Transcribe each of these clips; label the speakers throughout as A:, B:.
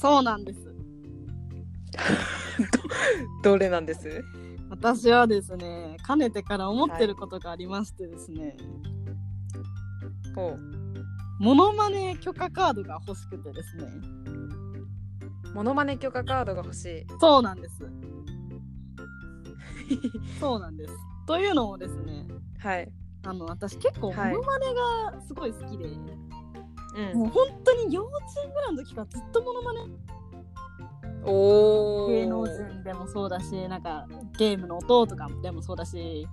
A: そうなんです。
B: どれなんです
A: 私はですね、かねてから思ってることがありましてですね、
B: ほ
A: モノマネ許可カードが欲しくてですね。
B: うモノマネ許可カードが欲し
A: そうなんです。
B: い
A: そうなんです。というのもですね、
B: はい
A: あの私結構モ
B: はい
A: ノマネがすごい好きで、
B: うん
A: もう本当に幼稚園ぐらいの時からずっとモノマネ
B: おお
A: 芸能人でもそうだしなんかゲームの音とかでもそうだし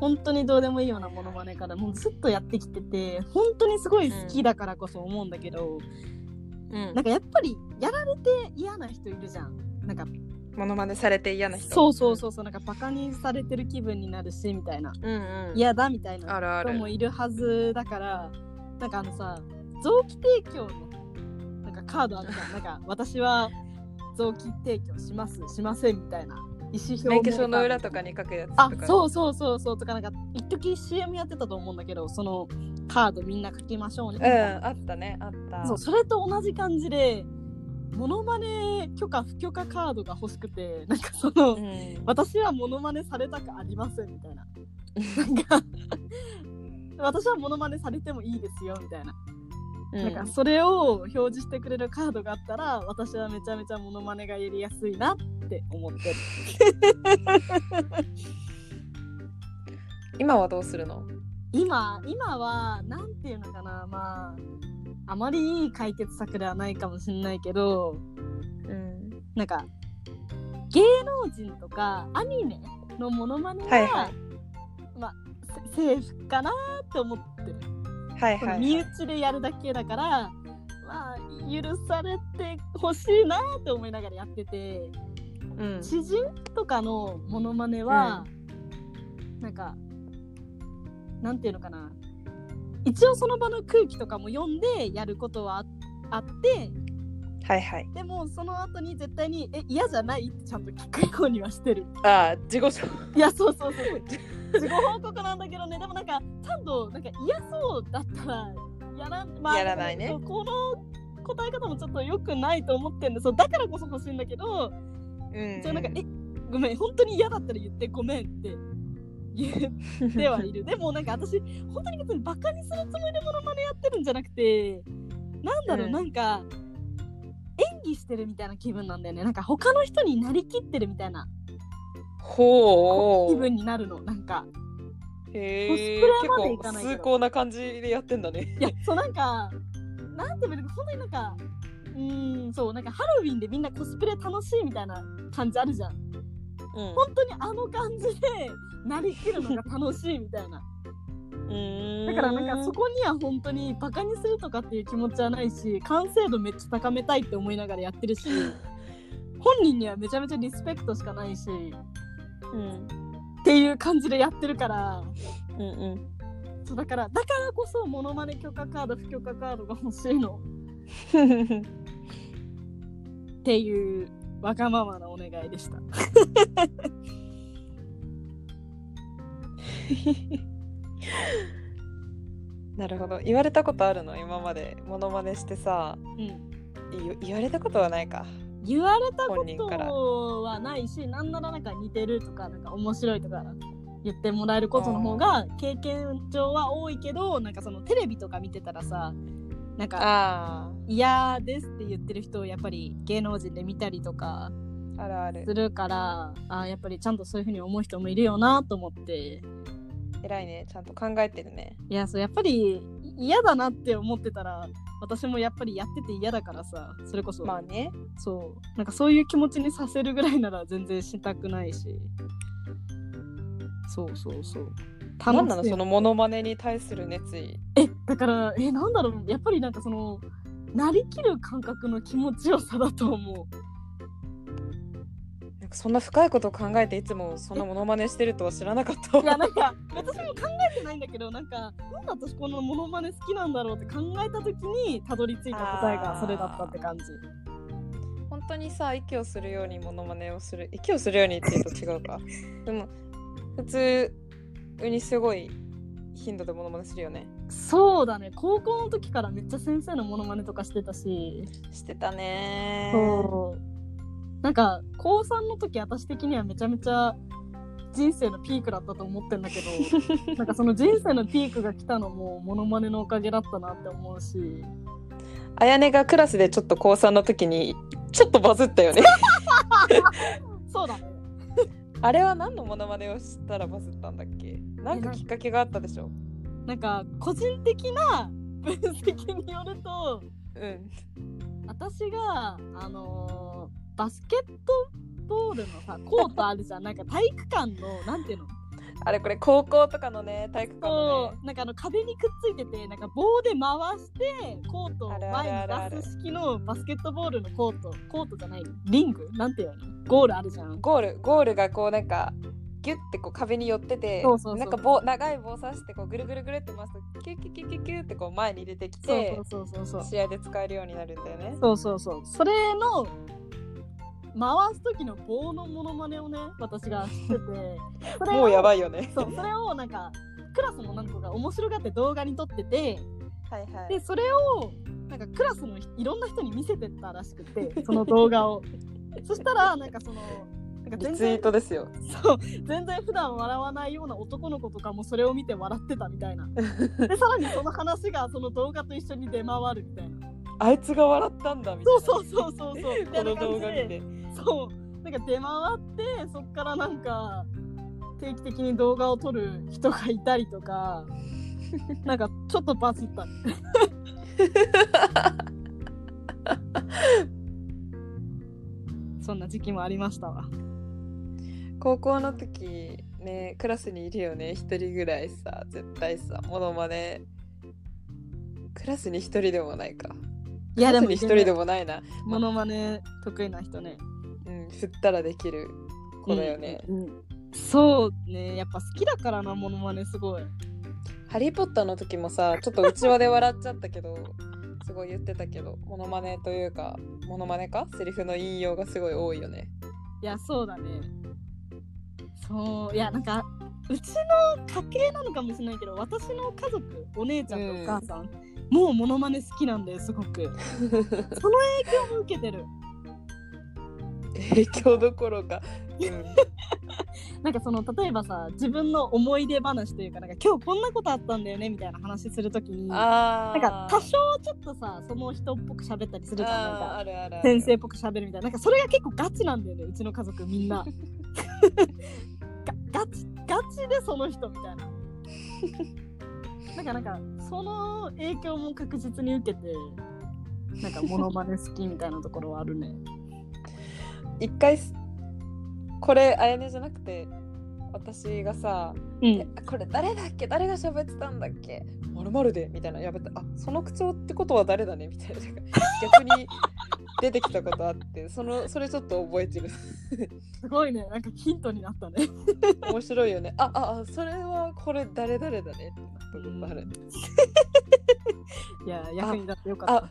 A: 本当にどうでもいいようなものまねからもうずっとやってきてて本当にすごい好きだからこそ思うんだけど、
B: うん
A: なんかやっぱりやられて嫌な人いるじゃん。なんか
B: モノマネされて嫌な人
A: そうそうそうそうなんかバカにされてる気分になるしみたいな
B: うんうん
A: 嫌だみたいな
B: あるあ
A: 人
B: る
A: もいるはずだからなんかあのさ臓器提供のなんかカードあるじゃんなんか私は臓器提供しますしませんみたいな意思表明
B: 免許証の裏とかに書くやつとか
A: あそうそうそうそうとかなんか一時 CM やってたと思うんだけどそのカードみんな書きましょうねみ
B: うん
A: たいな、
B: あったねあった
A: そうそれと同じ感じでモノマネ許可不許可カードが欲しくてなんかその、
B: うん
A: 私はモノマネされたくありませんみたい な。なんか私はモノマネされてもいいですよみたいな,、
B: うん
A: なんかそれを表示してくれるカードがあったら私はめちゃめちゃモノマネがやりやすいなって思ってる
B: 今はどうするの
A: 今今はなんていうのかなまああまりいい解決策ではないかもしれないけど
B: うん
A: なんか芸能人とかアニメのモノマネは、
B: はいは
A: まあせセーフかなって思ってる
B: はい
A: その
B: はい
A: 身内でやるだけだから、まあ許されてほしいなって思いながらやってて
B: うん
A: 知人とかのモノマネは、なんかなんていうのかな一応その場の空気とかも読んでやることはああって
B: はいはい
A: でもその後に絶対に「え嫌じゃない?」ってちゃんと聞くようにはして る
B: ああ自己紹
A: いやそうそうそう自己報告なんだけどねでもなんかちゃんとなんか嫌そうだったらやら,、ま
B: やらないね
A: そうこの答え方もちょっと良くないと思ってんでそうだからこそ欲しいんだけど、
B: うん
A: じゃあなんか「えごめん本当に嫌だったら言ってごめん」って言 ってはいるでもなんか私本当に別にバカにするつもりでモノマネやってるんじゃなくてなんだろう、
B: うん
A: なんか演技してるみたいな気分なんだよねなんか他の人になりきってるみたいな
B: ほう
A: 気分になるのなんか。コス
B: へえ
A: プレ
B: 結
A: までい
B: 構
A: かないけど
B: 崇高な感じでやってんだね
A: いや、そうなんか、なんて言うの、本当になんか、うーん、そう、なんかハロウィンでみんなコスプレ楽しいみたいな感じあるじゃん。
B: うん
A: 本当にあの感じで、なりきるのが楽しいみたいな。だからなんかそこには本当にバカにするとかっていう気持ちはないし、完成度めっちゃ高めたいって思いながらやってるし、本人にはめちゃめちゃリスペクトしかないし、っ
B: うん
A: ていう感じでやってるから、
B: うんうん
A: そうだから、だからこそモノマネ許可カード、不許可カードが欲しいの。っていうわがままなお願いでした。
B: なるほど言われたことあるの今までモノマネしてさ
A: うん、
B: い言われたことはないか
A: 言われた
B: 本
A: こ
B: 人から
A: とはないし、なんならなんか似てるとか、なんか面白いとか言ってもらえることの方が経験上は多いけど、なんかそのテレビとか見てたらさ、なんか
B: あ
A: 嫌ですって言ってる人をやっぱり芸能人で見たりとか
B: ああるある
A: するから、あーやっぱりちゃんとそういう風に思う人もいるよなと思って、
B: 偉いねちゃんと考えてるね
A: いやそうやっぱり嫌だなって思ってたら私もやっぱりやってて嫌だからさそれこそ、
B: まあね
A: そうなんかそういう気持ちにさせるぐらいなら全然したくないしそうそうそう
B: 何なの
A: 楽しい
B: そのモノマネに対する熱意
A: えだからえなんだろうやっぱりなんかそのなりきる感覚の気持ちよさだと思う
B: なんかそんな深いことを考えていつもそんなモノマネしてるとは知らなかった
A: いやなんか私も考えてないんだけどなんかなんで私このモノマネ好きなんだろうって考えた時にたどり着いた答えがそれだったって感じ
B: 本当にさ息をするようにモノマネをする息を するようにっていうと違うかでも普通にすごい頻度でモノマネするよね
A: そうだね高校の時からめっちゃ先生のモノマネとかしてたし、
B: してたね
A: そうなんか高3の時私的にはめちゃめちゃ人生のピークだったと思ってんだけ どなんかその人生のピークが来たのもモノマネのおかげだったなって思うし
B: あやねがクラスでちょっと高3の時にちょっとバズったよね
A: そうだね
B: あれは何のモノマネをしたらバズったんだっけなんかきっかけがあったでしょ
A: なんか個人的な分析によると
B: うん
A: 私があのーバスケットボールのさコートあるじゃんなんか体育館のなんていうの
B: あれこれ高校とかのね体育館の
A: そ
B: ね
A: うなんかあの壁にくっついててなんか棒で回してコートを前に出す式のバスケットボールのコートコートじゃないリングなんていうのゴールあるじゃん
B: ゴールゴールがこうなんかギュッてこう壁に寄ってて
A: そうそうそう
B: なんか棒長い棒刺してこうぐるぐるぐるって回すとキュッキュッキュッキュッキュッってこう前に出てき
A: そう
B: て
A: そうそうそうそう
B: 試合で使えるようになるんだよね
A: そうそうそうそれの回す時の棒のモノマネをね私が しててそれを
B: もうやばいよね
A: そうそれをなんかクラスのなんかが面白がって動画に撮ってて
B: はいは
A: で
B: い
A: それをなんかクラスのいろんな人に見せてったらしく てその動画をそしたらなんかそのなんか
B: リ
A: 全
B: ツイ
A: 然
B: ートですよ
A: そう全然普段笑わないような男の子とかもそれを見て笑ってたみたいなでさらにその話がその動画と一緒に出回るみたいな
B: あいつが笑ったんだみた い
A: そ
B: な
A: うそうそうそうそうみた
B: こ
A: いな感
B: の
A: じ
B: 動画見
A: で
B: て
A: そうなんか出回ってそっからなんか定期的に動画を撮る人がいたりと かなんかちょっとバズったそんな時期もありましたわ
B: 高校の時ねクラスにいるよね一人ぐらいさ絶対さモノマネクラスに一人でもないか
A: い
B: クラスに
A: 一
B: 一人でもないな、
A: モノマネ得意な人ね
B: うん、振ったらできる子だよね、
A: うんうんそうねやっぱ好きだからなモノマネすごい
B: ハリー・ポッターの時もさちょっと内輪で笑っちゃったけどすごい言ってたけどモノマネというかモノマネかセリフの引用がすごい多いよ ね
A: いやそうだねそういやなんかうちの家系なのかもしれないけど私の家族お姉ちゃんとお母さん、もうモノマネ好きなんだよすごく影響を受けてる
B: 影響どころか、うん、
A: なんかその例えばさ自分の思い出話というかなんか今日こんなことあったんだよねみたいな話するときになん
B: あー
A: か多少ちょっとさその人っぽく喋ったりするじゃんなん
B: あー
A: か
B: あるあるある
A: 先生っぽく喋るみたいななんかそれが結構ガチなんだよねうちの家族みん なガガチガチでその人みたいななんかなんかその影響も確実に受けてなんかモノマネ好きみたいなところはあるね
B: 一回すこれあやねじゃなくて私がさ、
A: うん
B: これ誰だっけ誰が喋ってたんだっけまるまるでみたいなやべたあその口調ってことは誰だねみたいな なんか逆に出てきたことあってそのそれちょっと覚えてる
A: すごいねなんかヒントになったね
B: 面白いよねあああそれはこれ誰誰だねってなったことある
A: いや役に立ってよかった
B: あ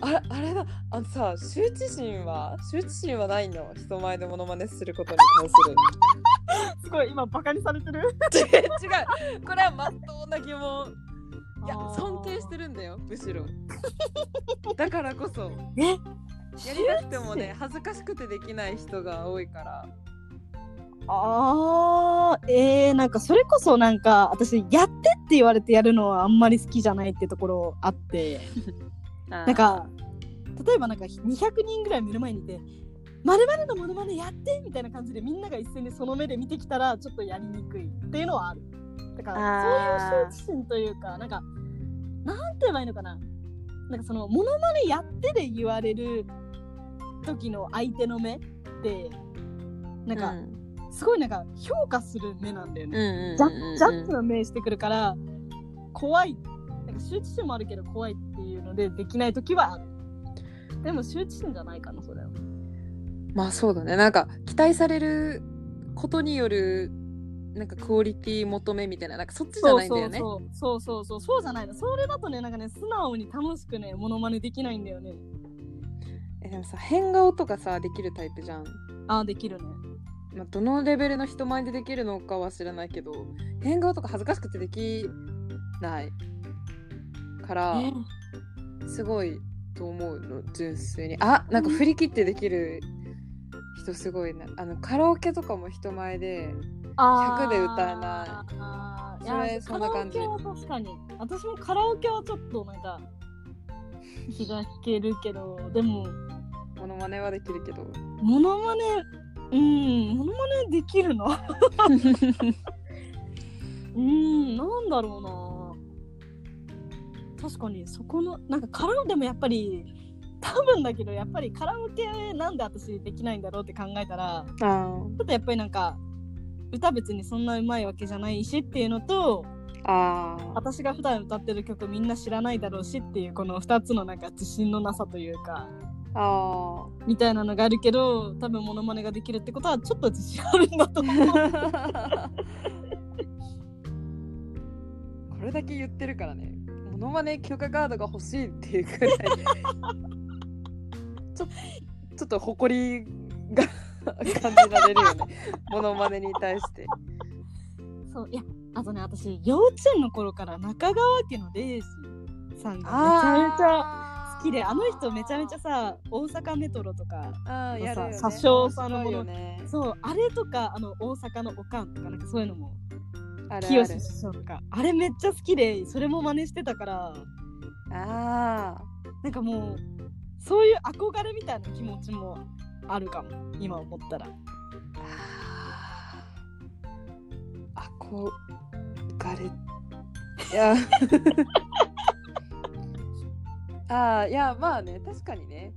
B: あれあれだあのさ羞恥心は羞恥心はないの人前でモノマネすることに関する
A: すごい今バカにされてる
B: 違うこれはまっとうな疑問いや尊敬して
A: る
B: るんだよ むしろだからこそ
A: え
B: やりたくても ね恥ずかしくてできない人が多いから
A: あーえー、なんかそれこそなんか私やってって言われてやるのはあんまり好きじゃないってところあってなんか例えばなんか200人ぐらい目の前にいて「まるまるのモノマネやって!」みたいな感じでみんなが一斉にその目で見てきたらちょっとやりにくいっていうのはあるだから
B: あー
A: そういう羞恥心というかなんかなんて言えばいいのかななんかそのモノマネやってで言われる時の相手の目ってなんか、
B: うん
A: すごいなんか評価する目なんだよね、
B: うん
A: ジャジャッジの目してくるから怖いなんか羞恥心もあるけど怖いっていうのでできない時はあるでも羞恥心じゃないかなそれは
B: まあそうだねなんか期待されることによるなんかクオリティ求めみたいななんかそっちじゃないんだよね
A: そうそうそうそうそうそうじゃないのそれだとねなんかね素直に楽しくねモノマネできないんだよね
B: えでもさ変顔とかさできるタイプじゃん、
A: ああできるね
B: まあ、どのレベルの人前でできるのかは知らないけど変顔とか恥ずかしくてできないから、
A: ね
B: すごいと思うの純粋にあなんか振り切ってできる人すごいなあのカラオケとかも人前で
A: あー
B: 100で歌えな
A: あーい
B: それ
A: や
B: そんな感じ
A: カラオケは確かに私もカラオケはちょっとなん か気が引けるけどでも
B: モノマネはできるけど
A: モノマネうんモノマネできるのうんなんだろうな確かにそこのなんかカラオケでもやっぱり多分だけどやっぱりカラオケなんで私できないんだろうって考えたら
B: あー
A: ちょっとやっぱりなんか歌別にそんなうまいわけじゃないしっていうのと
B: あー
A: 私が普段歌ってる曲みんな知らないだろうしっていうこの2つのなんか自信のなさというか
B: あ
A: みたいなのがあるけど多分モノマネができるってことはちょっと自信あるんだと思う。
B: ー これだけ言ってるからねモノマネ許可カードが欲しいっていうくらいちょちょっと誇りが 感じられるよねモノマネに対して
A: そういやあとね私幼稚園の頃から中川家のレイジさんがめちゃめちゃ
B: ゃ
A: 好きであの人めちゃめちゃさ大阪メトロとか
B: あーやるよね
A: さ殺傷さんのもの
B: 面白いよね
A: そうあれとかあの大阪のおかんとかなんかそういうのも
B: ある
A: 清志師匠とかあれめっちゃ好きでそれも真似してたから
B: ある
A: なんかもうそういう憧れみたいな気持ちもあるかも今思ったら
B: あーあー憧れいや ああいやまあね確かにね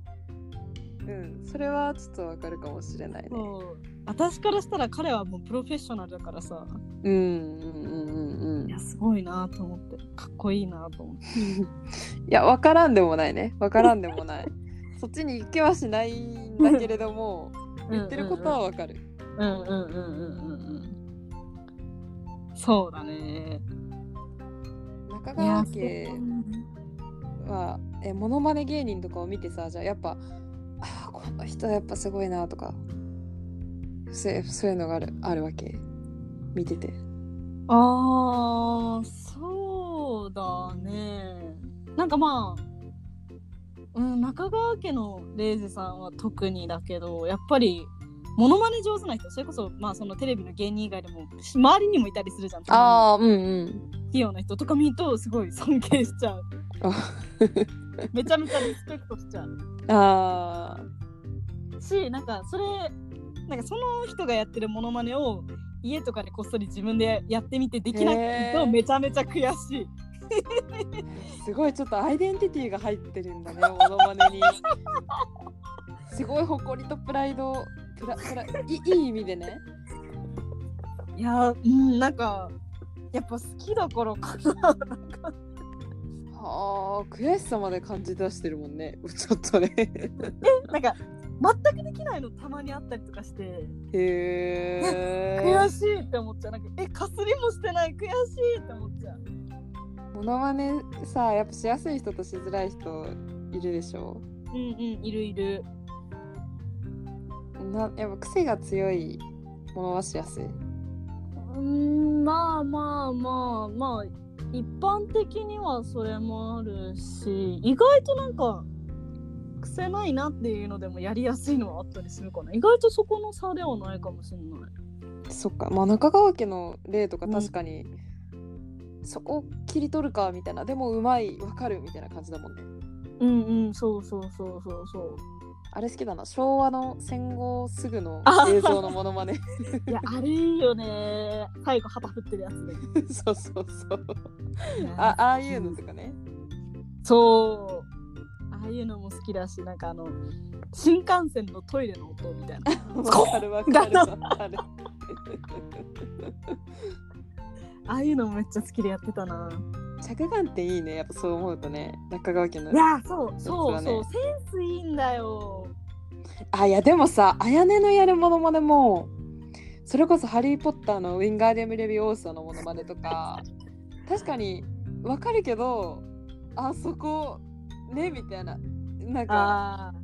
B: うんそれはちょっとわかるかもしれないね
A: そう私からしたら彼はもうプロフェッショナルだからさ
B: うんうんうんうんうん
A: い
B: い
A: やすごいなと思ってかっこいいなと思って
B: やわからんでもないねわからんでもないそっちに行けはしないんだけれども言ってることはわかる
A: うんうんうんうんうんうんそうだね
B: 中
A: いや
B: 川家
A: そううん
B: はえモノマネ芸人とかを見てさじゃあやっぱあーこの人やっぱすごいなとかそうそういうのがあるあるわけ見てて
A: あーそうだねなんかまあうん、中川家のレイジさんは特にだけどやっぱりモノマネ上手な人それこそ,、まあ、そのテレビの芸人以外でもし周りにもいたりするじゃん
B: ああうんうん
A: 器用な人とか見るとすごい尊敬しちゃう
B: あ
A: めちゃめちゃリスペクトしちゃう
B: あ
A: しなんかそれなんかその人がやってるモノマネを家とかでこっそり自分でやってみてできな
B: へ
A: い
B: ー
A: とめちゃめちゃ悔しい。
B: ーすごいちょっとアイデンティティが入ってるんだねモノマネにすごい誇りとプライドプラプラいいい意味でね
A: いやーうんなんかやっぱ好きだからかな
B: はあ悔しさまで感じ出してるもんねちょっとね
A: なんか全くできないのたまにあったりとかして
B: へえ
A: 悔しいって思っちゃうなんかえかすりもしてない悔しいって思っちゃう
B: モノマネさやっぱしやすい人としづらい人いるでしょ
A: うんうんいるいる
B: なやっぱ癖が強いものはしやすい
A: うんまあまあまあまあ一般的にはそれもあるし意外となんか癖ないなっていうのでもやりやすいのはあったりするかな意外とそこの差ではないかもしれない
B: そっかまあ中川家の例とか
A: うん
B: 確かに、そこを切り取るかみたいなでもうまいわかるみたいな感じだもんね
A: うんうんそうそうそうそうそう
B: あれ好きだな昭和の戦後すぐの
A: あ
B: 映像のモノマネ
A: いや、あれいいよね。最後、旗振ってるやつで。
B: そうそうそうあああいうのとかね
A: そう。ああいうのも好きだし、なんかあの、新幹線のトイレの音みたいな。
B: わかるわかるわかる
A: ああいうのもめっちゃ好きでやってたな。
B: 着眼っていいねやっぱそう思うとね中川家の
A: いや、そう、
B: そ
A: そう
B: だ
A: う、
B: ね
A: そう、センスいいんだよ。
B: あいやでもさあやねのやるものまねもそれこそ「ハリー・ポッター」の「ウィンガーディアム・レビオーサ」のものまねとか確かにわかるけどあそこねみたいななんか
A: あ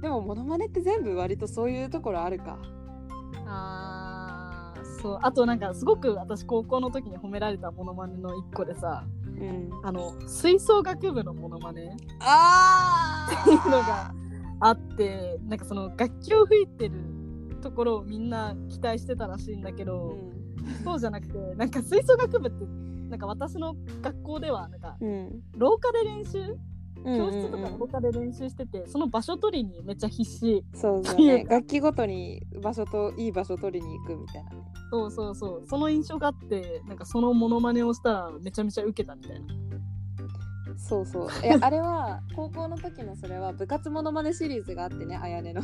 B: でもものまねって全部割とそういうところあるか
A: あ。ああ。そう、あとなんか、すごく私、高校の時に褒められたモノマネの一個でさ、
B: うん、
A: あの吹奏楽部のモノマネ
B: ああ
A: っていうのがあってなんかその楽器を吹いてるところをみんな期待してたらしいんだけど、そうじゃなくてなんか吹奏楽部ってなんか私の学校ではなんか
B: うん、
A: 廊下で練習
B: うん、
A: 教室と
B: うん
A: か
B: うん
A: 廊下で練習してて、その場所取りにめっちゃ必死
B: そうだ
A: ってい
B: ね
A: うか
B: 楽器ごとに場所といい場所取りに行くみたいなね
A: そうそうそうその印象があってなんかそのモノマネをしたらめちゃめちゃウケたみたいな
B: そうそう いやあれは高校の時のそれは部活モノマネシリーズがあってねあや ねの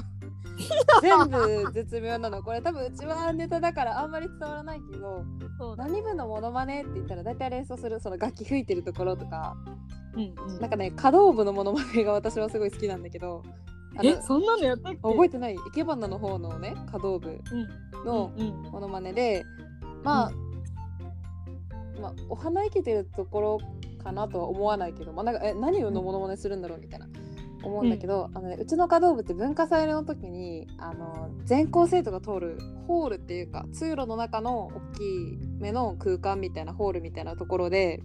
B: 全部絶妙なのこれ多分うちはネタだからあんまり伝わらないけど
A: そうだ、
B: 何部のモノマネって言ったら大体連想するその楽器吹いてるところとか
A: うんうん
B: なんかね可動部のモノマネが私はすごい好きなんだけどあの
A: えそんなのやったっけ
B: 覚えてないいけばなの方のね可動部
A: うん
B: の
A: うん
B: モノマネで、まあ、まあお花生けてるところかなとは思わないけど、まあ、なんかえ何のモノマネするんだろうみたいな思うんだけど、あのね、うちの華道部って文化祭の時にあの全校生徒が通るホールっていうか通路の中の大きい目の空間みたいなホールみたいなところで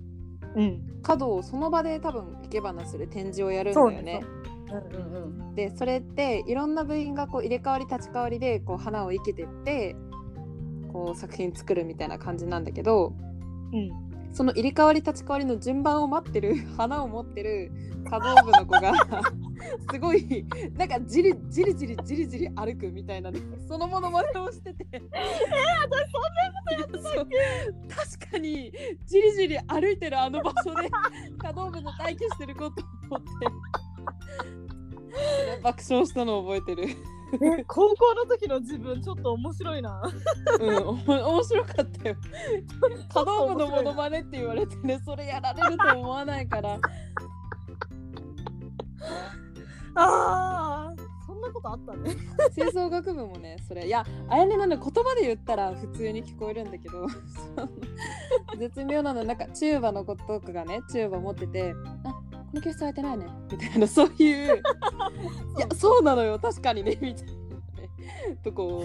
A: うん
B: 華道をその場で多分生け花する展示をやるんだよ
A: そう
B: ね
A: ね。うんうんうん
B: でそれっていろんな部員がこう入れ替わり立ち替わりでこう花を生けてってこう作品作るみたいな感じなんだけど
A: うん
B: その入れ替わり立ち替わりの順番を待ってる 花を持ってる華道部の子が すごいなんかじりじりじりじりじり歩くみたいなねそのものまねをしててえ私そんなことやってた確かにじりじり歩いてるあの場所で 華道部の待機してること思って爆笑したのを覚えてる
A: え高校の時の自分ちょっと面白い な
B: うん、おも面白かったよ。可動部のモノマネって言われてね、それやられると思わないから。
A: あーそんなことあったね
B: 吹奏楽部もね、それ、いや、あやねのね、言葉で言ったら普通に聞こえるんだけど、 その絶妙なの、なんかチューバの子とかがね、チューバ持ってて、あこの教室空いてないね、みたいな、そういう、いや、そうなのよ、確かにね、みたいな、ね、とこを。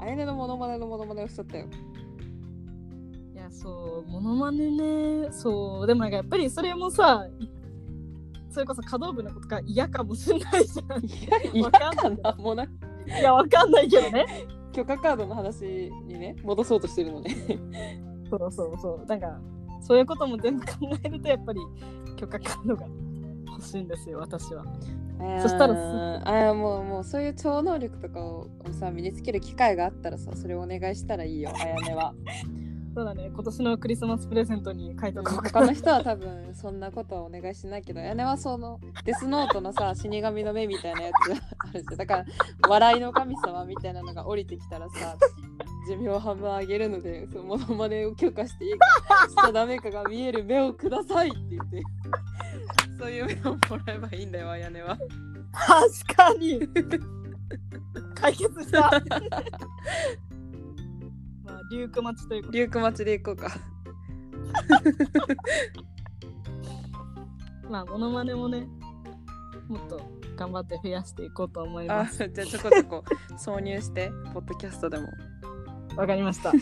B: あやねのモノマネのモノマネをしちゃったよ。
A: いやそうモノマネねそうでもなんかやっぱりそれもさそれこそ可動部のことが嫌かもしんないじゃ
B: いや、嫌
A: わかんない
B: かな、もうなんか
A: んいやわかんないけどね
B: 許可カードの話にね戻そうとしてるのね
A: そうそうそうなんかそういうことも全部考えるとやっぱり許可カードが欲しいんですよ私はそしたらす
B: あーもうもうそういう超能力とかをさ身につける機会があったらさそれをお願いしたらい いよあやねは
A: そうだね今年のクリスマスプレゼントに書いとこうか
B: 他の人は多分そんなことはお願いしないけどあやねはそのデスノートのさ死神の目みたいなやつあるじゃんだから笑いの神様みたいなのが降りてきたらさ寿命半分あげるのでそのモノマネを許可していいかしちゃダメかが見える目をくださいって言ってそういう目をもらえばいいんだよあやねは。
A: 確かに解決した まあリュウク待ちということ
B: リュウク待ちで行こうか。
A: でまあモノマネもねもっと頑張って増やしていこうと思い
B: あ
A: ます
B: じゃあちょこちょこ挿入して、ポッドキャストでも。
A: わかりました